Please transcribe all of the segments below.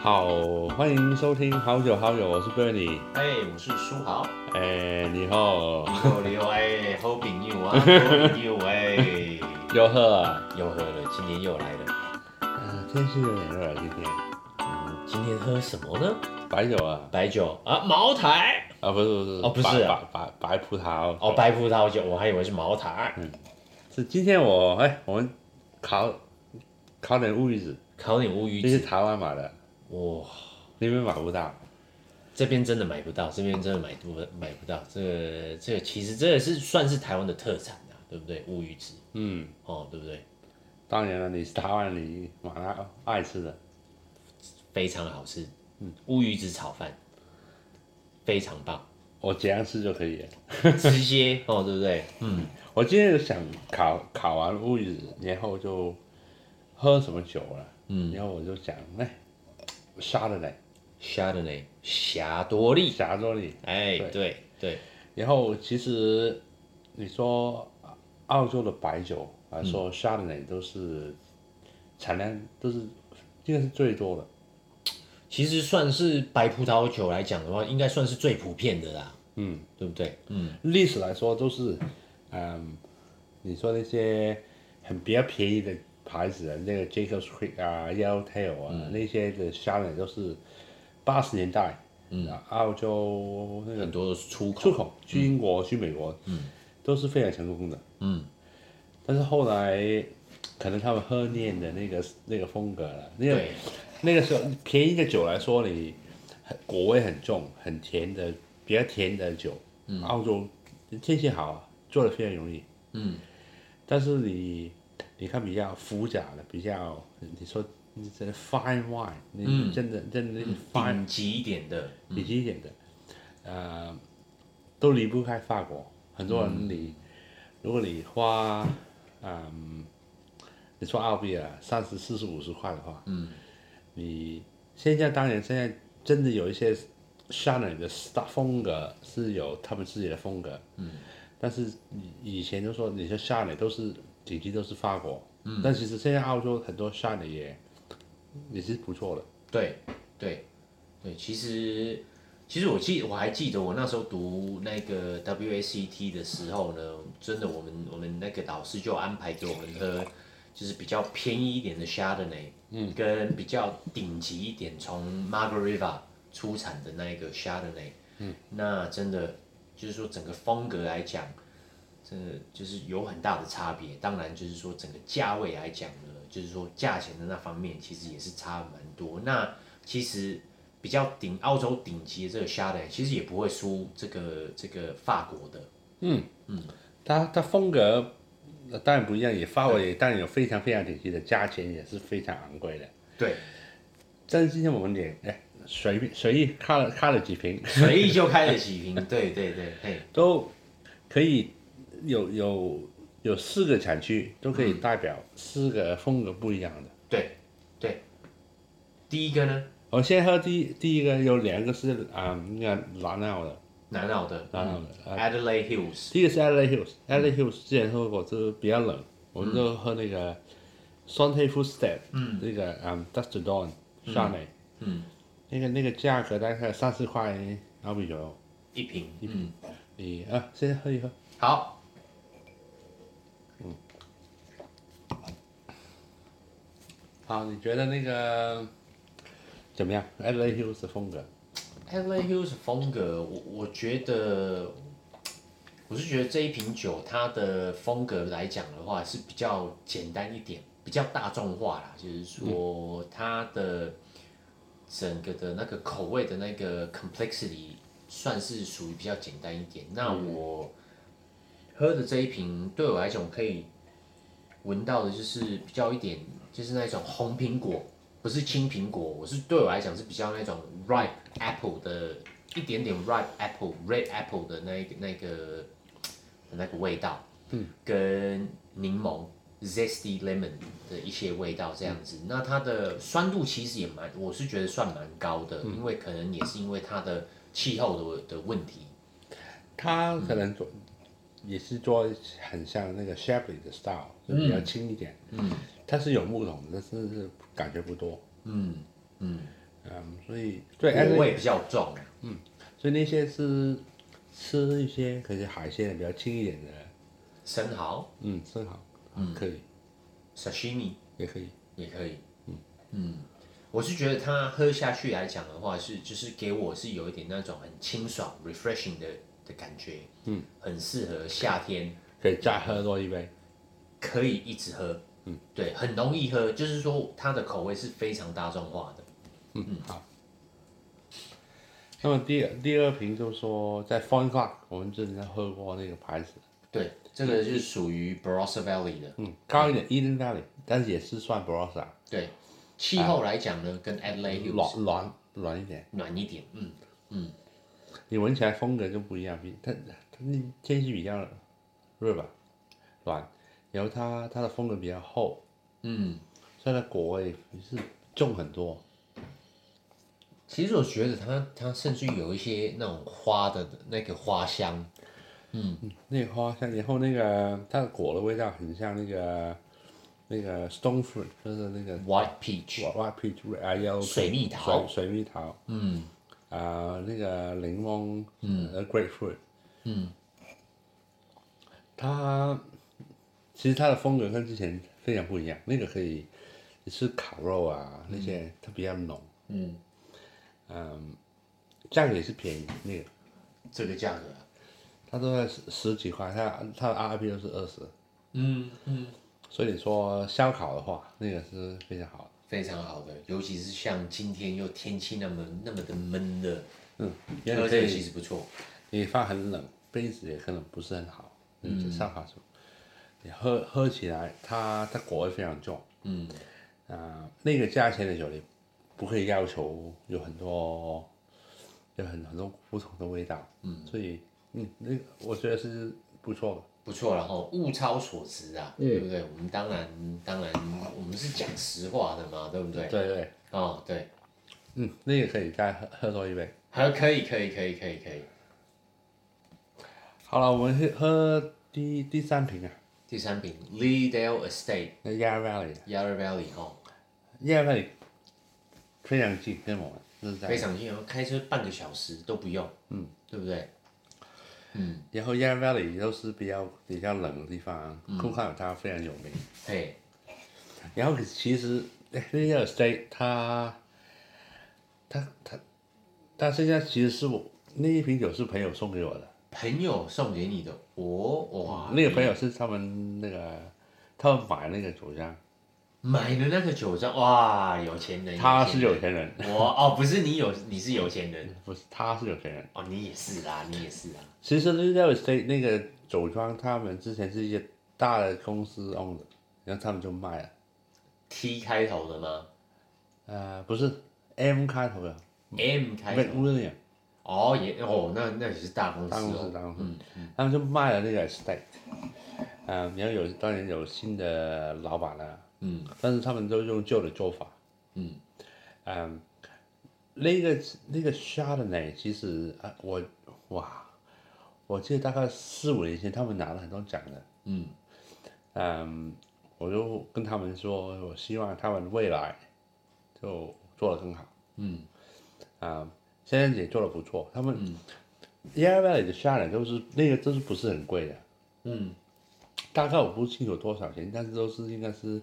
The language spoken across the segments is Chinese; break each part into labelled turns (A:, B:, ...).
A: 好，欢迎收听好久好友，我是 Bernie。
B: 哎、我是书豪，
A: 哎，你好，
B: 我刘哎，好朋 友啊，好朋友哎，
A: 又喝啊？
B: 又喝了，今天又来了，
A: 啊天气有点热，今天
B: 嗯，今天喝什么呢？
A: 白酒啊？
B: 白酒啊，茅台
A: 啊，不是不是，
B: 哦不是
A: 白白
B: 啊
A: 白白葡萄
B: 哦，白葡萄酒，我还以为是茅台，
A: 嗯是今天我哎，我们烤烤点乌鱼子，
B: 烤点乌鱼
A: 这是
B: 子，
A: 台湾买的，
B: 哇，
A: 那边买不到。
B: 这边真的买不到，这边真的买不买不到，这个这个其实这个是算是台湾的特产啊，对不对？乌鱼子
A: 嗯，
B: 哦，对不对？
A: 当然了，你是台湾，你买那爱吃的。
B: 非常好吃，
A: 嗯
B: 乌鱼子炒饭非常 棒，
A: 我怎样吃就可以了。
B: 直接哦，对不对？嗯，
A: 我今天想烤烤完乌鱼子，然后就喝什么酒了，嗯，然后我就想，哎，杀了嘞，
B: 虾的呢，霞多丽。
A: 霞多丽。
B: 哎，
A: 对
B: 对对，
A: 然后其实你说澳洲的白酒来说，沙的嘞都是产量都是应该是最多的，
B: 其实算是白葡萄酒来讲的话，应该算是最普遍的啦，
A: 嗯，
B: 对不对？嗯，
A: 历史来说都是，嗯，你说那些很比较便宜的牌子，那个 Jacob's Creek 啊、Yellowtail 啊、那些的沙呢，都是八十年代，嗯，澳洲那个
B: 很多都是出
A: 出
B: 口，
A: 口去英国、去美国，嗯，都是非常成功的，
B: 嗯，
A: 但是后来可能他们喝念的那个那个风格了，那个
B: 对，
A: 那个时候便宜的酒来说，你很果味很重，很甜的，比较甜的酒，澳洲天气好啊，做的非常容易。
B: 嗯，
A: 但是你你看比较复杂的，比较你说你真的 fine wine，你
B: 嗯
A: 真的真的那个 fine
B: 顶级一点的，
A: 以及一点的，呃，都离不开法国。很多人你，如果你花，嗯，你说澳币啊，三十、四十、五十块的话，
B: 嗯，
A: 你现在当然现在真的有一些 s h a n e l 的 star 风格是有他们自己的风格，嗯，但是以以前都说你说 s h a n e l 都是顶级都是法国，嗯，但其实现在澳洲很多 s h a n e l 也也是不错的，
B: 对对对，其实其实我记我还记得我那时候读那个 WACT 的时候呢，真的我们我们那个老师就安排给我们喝，就是比较便宜一点的 Chardonnay，嗯，跟比较顶级一点从 Margarita 出产的那一个 Chardonnay，嗯，那真的就是说整个风格来讲。真的就是有很大的差别，当然就是说整个价位来讲呢，就是说价钱的那方面其实也是差蛮多。那其实比较顶澳洲顶级的这个虾呢，其实也不会输这个这个法国的，
A: 它它风格呃当然不一样，也发尾也当然有非常非常顶级的，价钱也是非常昂贵的。
B: 对，
A: 但是今天我们也哎随便随意看了看了几瓶，
B: 随意就开了几瓶，对对对，嘿，
A: 都可以有有有四个产区都可以代表四个风格不一样的。
B: 对对。第一个呢，
A: 我先喝第一第一个有两个是啊、那个蓝澳的，
B: 南澳的、
A: 南澳的
B: 嗯 Adelaide Hills，
A: 第一个是 Adelaide Hills，Adelaide Hills 之前喝过，就是比较冷，我们都喝那个双黑 Full Step，嗯，那个嗯 Dust to Dawn 上来，
B: 嗯，
A: 那个那个价格大概三十块澳币左右，
B: 一瓶，嗯，
A: 你啊先喝一喝，
B: 好，
A: 好，你觉得那个怎么样？Adelaide Hills 的风格，
B: Adelaide Hills 的风格，我我觉得，我是觉得这一瓶酒它的风格来讲的话是比较简单一点，比较大众化啦，就是说它的整个的那个口味的那个 complexity 算是属于比较简单一点。那我喝的这一瓶对我来讲可以闻到的就是比较一点，就是那种红苹果，不是青苹果，我是对我来讲是比较那种 ripe apple 的一点点 ripe apple red apple 的那一个那个那个味道，嗯，跟柠檬 zesty lemon 的一些味道这样子。那它的酸度其实也蛮，我是觉得算蛮高的，因为可能也是因为它的气候的的问题，
A: 它可能做、也是做很像那个 s h e p l e y 的 style，就比较嗯轻一点，嗯，它是有木桶，但是感觉不多，
B: 嗯嗯，
A: 啊，所以对，哎
B: 果味比较重，
A: 所以那些是吃一些可能海鲜的比较轻一点的，
B: 生蚝、
A: 嗯，生蚝，嗯，可以，
B: sashimi
A: 也可以，
B: 也可以。嗯我是觉得它喝下去来讲的话，是就是给我是有一点那种很清爽、refreshing 的的感觉。嗯，很适合夏天，
A: 可以再喝多一杯，
B: 可以一直喝。嗯，对，很容易喝，就是说它的口味是非常大众化的。
A: 嗯，好。那么第二第二瓶就说在 Fun Club，我们之前喝过那个牌子，
B: 对，这个就是属于 Barossa Valley 的。
A: 嗯，高一点 Eden Valley，但是也是算 Barossa，
B: 对，气候来讲呢，跟 Adelaide Hills
A: 软软软一点，
B: 暖一点，嗯，
A: 你闻起来风格就不一样，比它它那天气比较热吧，软，然后它它的风格比较厚，
B: 嗯，
A: 所以它果味是重很多，
B: 其实我觉得它它甚至有一些那种花的那个花香，
A: 那个花香，然后那个它的果的味道很像那个那个 stone fruit，就是那个
B: white peach，
A: white white peach 啊 yellow
B: 水蜜
A: peach，
B: 桃，
A: 水水蜜桃啊、
B: 嗯，
A: 那个柠檬嗯 grapefruit
B: 嗯，
A: 它其实它的风格跟之前非常不一样，那个可以你吃烤肉啊那些、它比较浓，
B: 嗯，
A: 嗯，价格也是便宜，那个
B: 这个价格啊，
A: 它都在十十几块，它它的 RP 都是二十，
B: 嗯嗯，
A: 所以你说烧烤的话，那个是非常好的。
B: 非常好的，尤其是像今天又天气那么那么的闷的，
A: 嗯，也
B: 喝
A: 可
B: 这个
A: 以
B: 其实不错，
A: 你放很冷，杯子也可能不是很好，嗯，烧烤时候，你喝喝起来，它它果味非常重，
B: 嗯，
A: 啊、那个价钱的酒你不可以要求有很多，有很很多不同的味道，嗯，所以嗯，那个我觉得是不错的，
B: 不错了哈，物超所值啊，
A: 嗯
B: 对不对？我们当然当然我们是讲实话的嘛，对不对？
A: 对对，
B: 哦，对。
A: 嗯，那个可以再喝喝多一杯。
B: 还可以，可以，可以，可以，可以。
A: 好了，我们喝喝第第三瓶啊，
B: 第三瓶 Leedale Estate
A: 那 Yarra Valley 啊
B: Yarra Valley 哦哈、
A: Yarra Valley 非常近，跟我们就是在
B: 非常近哦，开车半个小时都不用，嗯，对不对？
A: 然后 Yarra Valley 都是比较比较冷的地方，库克它非常有名。
B: 嘿，
A: 然后其实哎那 Yarra State 它它它它现在其实是我那一瓶酒是朋友送给我的，
B: 朋友送给你的，哦，哇，
A: 那个朋友是他们那个他们买那个酒庄，
B: 买的那个酒庄，哇，有钱人，
A: 他是有
B: 钱
A: 钱人，
B: 人，我哦，不是你有，你是有钱人，
A: 不是他是有钱人。
B: 哦，你也是啦，你也是啦，
A: 其实 Real Estate 那个酒庄，他们之前是一些大的公司 own 的，然后他们就卖了。
B: ，T 开头的吗
A: 呃，不是 M 开头的嗯
B: ？M 开头，
A: ，William
B: 哦，也哦，那那也是大公司
A: 大公司
B: 哦，
A: 大公司，他们就卖了那个 estate。嗯，然后有当然有新的老板了，
B: 嗯，
A: 但是他们都用旧的做法。
B: 嗯，
A: 嗯，那个那个 Chardonnay 其实啊，我哇，我记得大概四五年前他们拿了很多奖的。
B: 嗯，
A: 嗯，我就跟他们说，我希望他们未来就做得更好。
B: 嗯，
A: 啊、现在也做得不错。他们 y a r Valley 的下来就是那个，都是不是很贵的，
B: 嗯，
A: 大概我不清楚多少钱，但是都是应该是，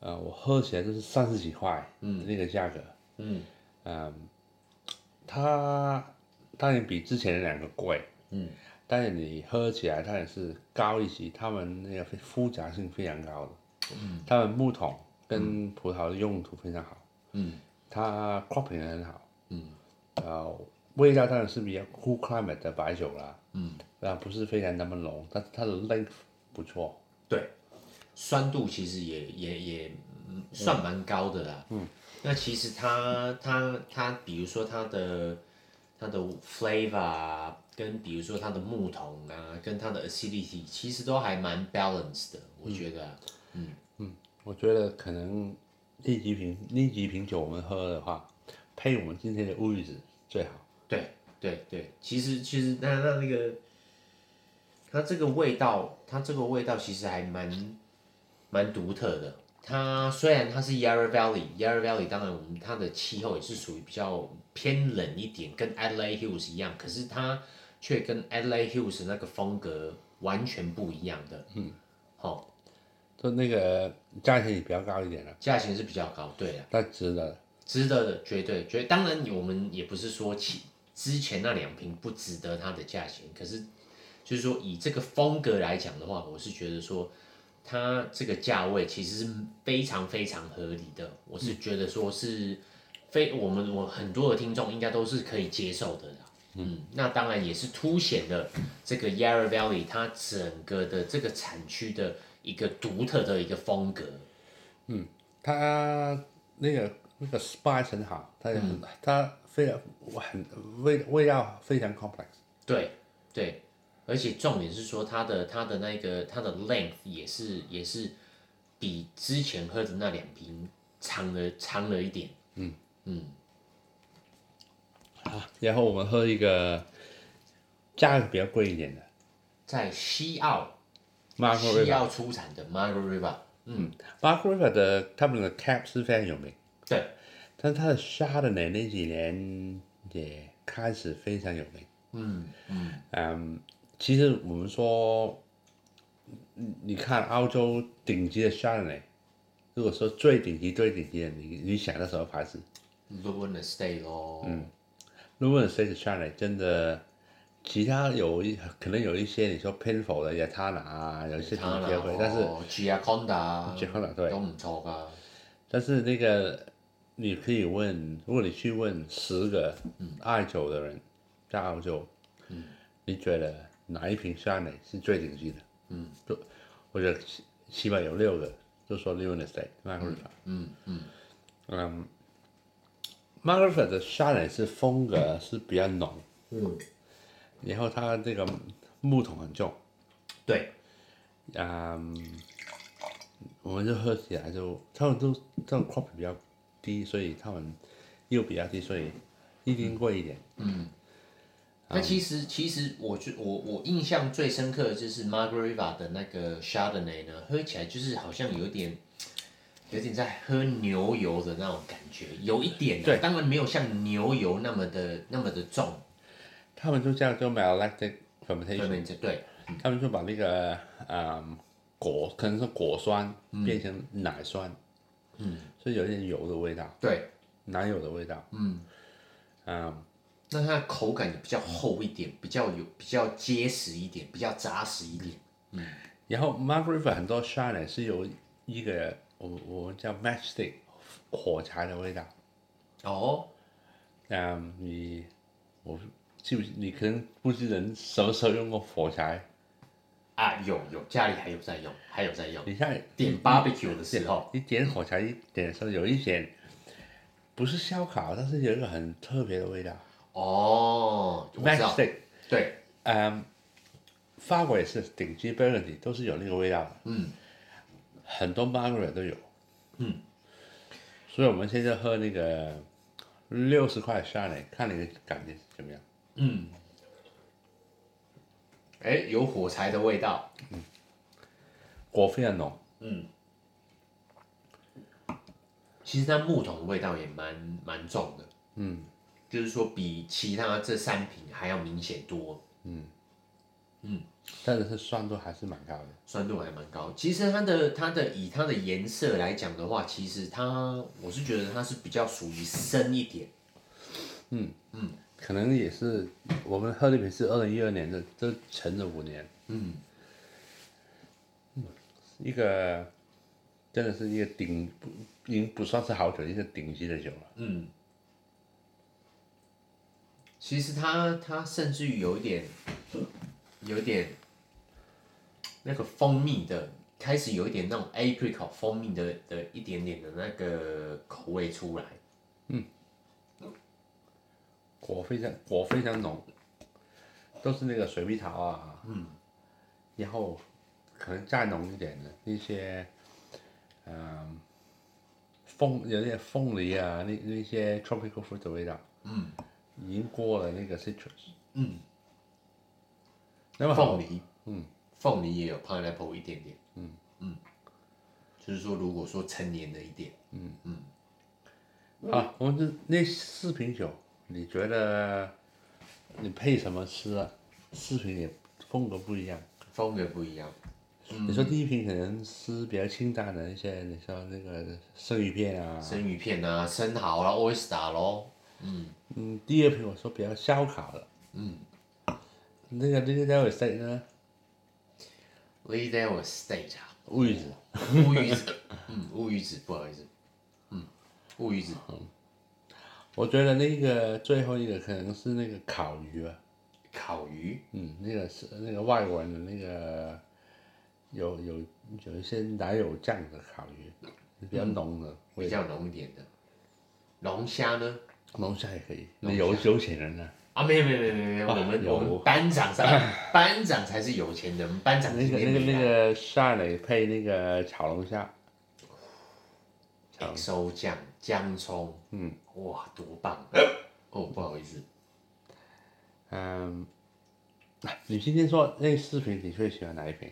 A: 呃，我喝起来就是三十几块，嗯，那个价格，
B: 嗯，
A: 嗯，它当然比之前的两个贵，
B: 嗯，
A: 但是你喝起来它也是高一级，他们那个复杂性非常高的，嗯，他们木桶跟葡萄的用途非常好，
B: 嗯，
A: 它 cropping 也很好，嗯，呃，味道当然是比较 cool climate 的白酒啦，嗯，啊不是非常那么浓，但是它的 length 不错，
B: 对，酸度其实也也也、嗯算蛮高的啦。嗯，那其实它它它，比如说它的它的 flavor 啊，跟比如说它的木桶啊，跟它的 acidity，其实都还蛮 balanced 的，我觉得啊。
A: 我觉得可能那几瓶那几瓶酒我们喝的话，配我们今天的乌鱼子最好。
B: 对对对，其实其实那那那个，它这个味道，它这个味道其实还蛮蛮独特的，它虽然它是 Yarra Valley，Yarra Valley 当然我们它的气候也是属于比较偏冷一点，跟 Adelaide Hills 一样，可是它却跟 Adelaide Hills 那个风格完全不一样的。嗯，好、
A: 就那个价钱也比较高一点了，
B: 价钱是比较高，对啊，
A: 但值得。
B: 值得的，绝对绝对。当然，我们也不是说其之前那两瓶不值得它的价钱，可是就是说以这个风格来讲的话，我是觉得说它这个价位其实是非常非常合理的，我是觉得说是非我们我很多的听众应该都是可以接受的啦。嗯，那当然也是凸显了这个 Yarra Valley 它整个的这个产区的一个独特的一个风格。
A: 它那个那个 spice 很好，它也很、它非常我很味味道非常 complex，
B: 对对，而且重点是说它的它的那个它的 length 也是也是比之前喝的那两瓶长了长了一点。
A: 然后我们喝一个价格比较贵一点的
B: 在西澳
A: Marco
B: 西
A: River。
B: 澳出产的 Margaret River，
A: Marco River 的他们的 cap 是非常有名，
B: 对
A: 但是它的 Chardonnay 那几年也开始非常有名。嗯嗯其实我们说，嗯你看澳洲顶级的 Chardonnay，如果说最顶级最顶级的，你你想到什么牌子？
B: l u n a Stay 咯。嗯，
A: 如果你 s a 下来，真的，其他有一可能有一些你说 Pinfall 的也他拿啊，有一些
B: 它
A: 挺
B: 啦
A: 接轨，但是
B: 哦 Giaconda
A: 结婚了对
B: 都，唔错啊噶。
A: 但是那个你可以问，如果你去问十个爱酒的人在澳洲，你觉得哪一瓶下奶是最顶级的？嗯，就我觉得起起码有六个就说 l i v e n e s t a y m a r g a r e t
B: 嗯嗯，
A: m a r g a r e t 的下奶是风格是比较浓，
B: 嗯，
A: 然后它这个木桶很重。
B: 对，
A: 嗯，我们就喝起来就他们都这种 crop 比较低，所以他们又比较低，所以一定贵一点。
B: 那其实其实我觉我我印象最深刻的就是 Margarita 的那个 Chardonnay 呢，喝起来就是好像有点有点在喝牛油的那种感觉，有一点、啊，
A: 对
B: 当然没有像牛油那么的那么的重，
A: 他们就叫做 malolactic
B: 对
A: fermentation，
B: 面这对
A: 他们就把那个嗯果可能是果酸变成奶酸，嗯，所以有一点油的味道，
B: 对，
A: 奶油的味道。
B: 那它的口感也比较厚一点，比较有比较结实一点，比较扎实一点，
A: 然后 m a r g a r i t 很多 s h i n e 是由一个我我们叫 matchstick 火柴的味道。
B: 哦，
A: 嗯，你我记不记？你可能不记得你什么时候用过火柴？
B: 啊有有，家里还有在用，还有在用，
A: 你像
B: 点 barbecue 的时候，
A: 你点火柴一点的时候，有一点不是烧烤，但是有一个很特别的味道。
B: 哦，我
A: m a
B: 知
A: t c h
B: 道
A: s，t i c k
B: 对。
A: 嗯，法国也是顶级 Burgundy 都是有那个味道的。
B: 嗯，
A: 很多 Margaret 都有。
B: 嗯，
A: 所以我们现在喝那个六十块下来，看你的感觉怎么样？
B: 哎，有火柴的味道，
A: 果非常浓。
B: 其实它木桶的味道也蛮蛮重的，嗯，就是说比其他这三瓶还要明显多，
A: 但是酸度还是蛮高的。
B: 酸度还蛮高。其实它的它的以它的颜色来讲的话，其实它我是觉得它是比较属于深一点，
A: 可能也是我们喝这瓶是二零一二年的，都沉了五年。嗯，一个真的是一个顶不已经不算是好酒，一个顶级的酒了。
B: 嗯。其实它它甚至于有一点，有一点那个蜂蜜的，开始有一点那种 apricot 蜂蜜的的一点点的那个口味出来。
A: 果非常果非常浓，都是那个水蜜桃啊，嗯，然后可能再浓一点的那些，嗯、凤有点凤梨啊，那那些 tropical fruit 的味道，嗯，已经过了那个 citrus，
B: 嗯，
A: 那么好
B: 凤梨，嗯，凤梨也有 pineapple 一点点，嗯嗯，就是说如果说成年了一点，
A: 好，我们是那四瓶酒，你觉得呃你配什么吃啊？四瓶也风格不一样。
B: 风格不一样。
A: 你说第一瓶可能吃比较清淡的一些，你说那个生鱼片啊，
B: 生鱼片啊，生蚝啦、oyster 咯，
A: 嗯，第二瓶我说比较烧烤的，嗯，那个那个待会谁呢？
B: l a y there was steak 啊，
A: 乌鱼子，
B: 乌鱼子，嗯，乌鱼子，不好意思，嗯，乌鱼子，
A: 我觉得那个最后一个可能是那个烤鱼吧，
B: 烤鱼，
A: 嗯，那个是那个外国人的那个有有有一些奶油酱的烤鱼，比较浓的
B: 比
A: 味道，
B: 较浓一点的。龙虾呢？
A: 龙虾也可以，那有有钱人呢，
B: 啊，没有没有没有没有，
A: 啊
B: 我们
A: 有
B: 我们班长才班长才是有钱人，我们班长
A: 那个那个那个沙蕾配那个炒龙虾，
B: 个收酱姜葱，嗯，哇，多棒！哦，不好意思，
A: 嗯，哎你今天说那四瓶你最喜欢哪一瓶？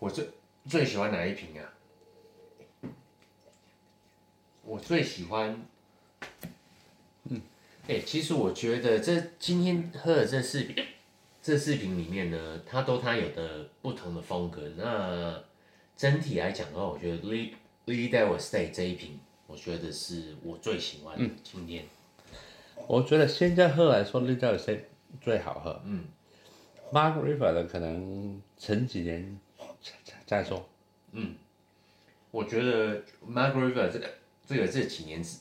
B: 我最最喜欢哪一瓶啊？我最喜欢，嗯，哎、其实我觉得这今天喝的这四瓶，这四瓶里面呢，它都它有的不同的风格。那整体来讲的话，我觉得 Lead Lead That Will Stay 这一瓶，我觉得是我最喜欢的。今天
A: 我觉得现在喝来说，绿调是最好喝。嗯，Mark River 的可能前几年再再再说，
B: 我觉得 Mark River 这个这个这几年之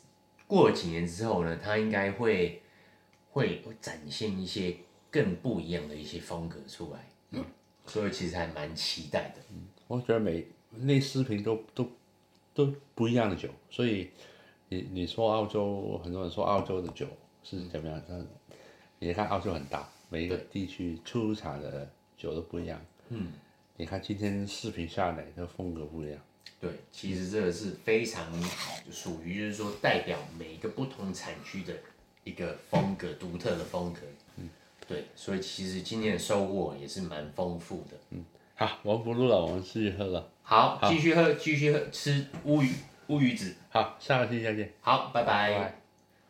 B: 过了几年之后呢，它应该会会会展现一些更不一样的一些风格出来。嗯，所以其实还蛮期待的。
A: 我觉得每那四瓶都都都不一样的酒，所以你你说澳洲，很多人说澳洲的酒是怎么样？但你看澳洲很大，每一个地区出产的酒都不一样。
B: 嗯，
A: 你看今天四瓶下来，的风格不一样。
B: 对，其实这个是非常属于就是说代表每一个不同产区的一个风格，独特的风格。嗯，对，所以其实今年的收获也是蛮丰富的。
A: 好，我们不录了，我们继续喝了。
B: 好，继续喝，继续喝，吃乌鱼乌鱼子。
A: 好，下个星期再见。
B: 好，拜拜
A: 拜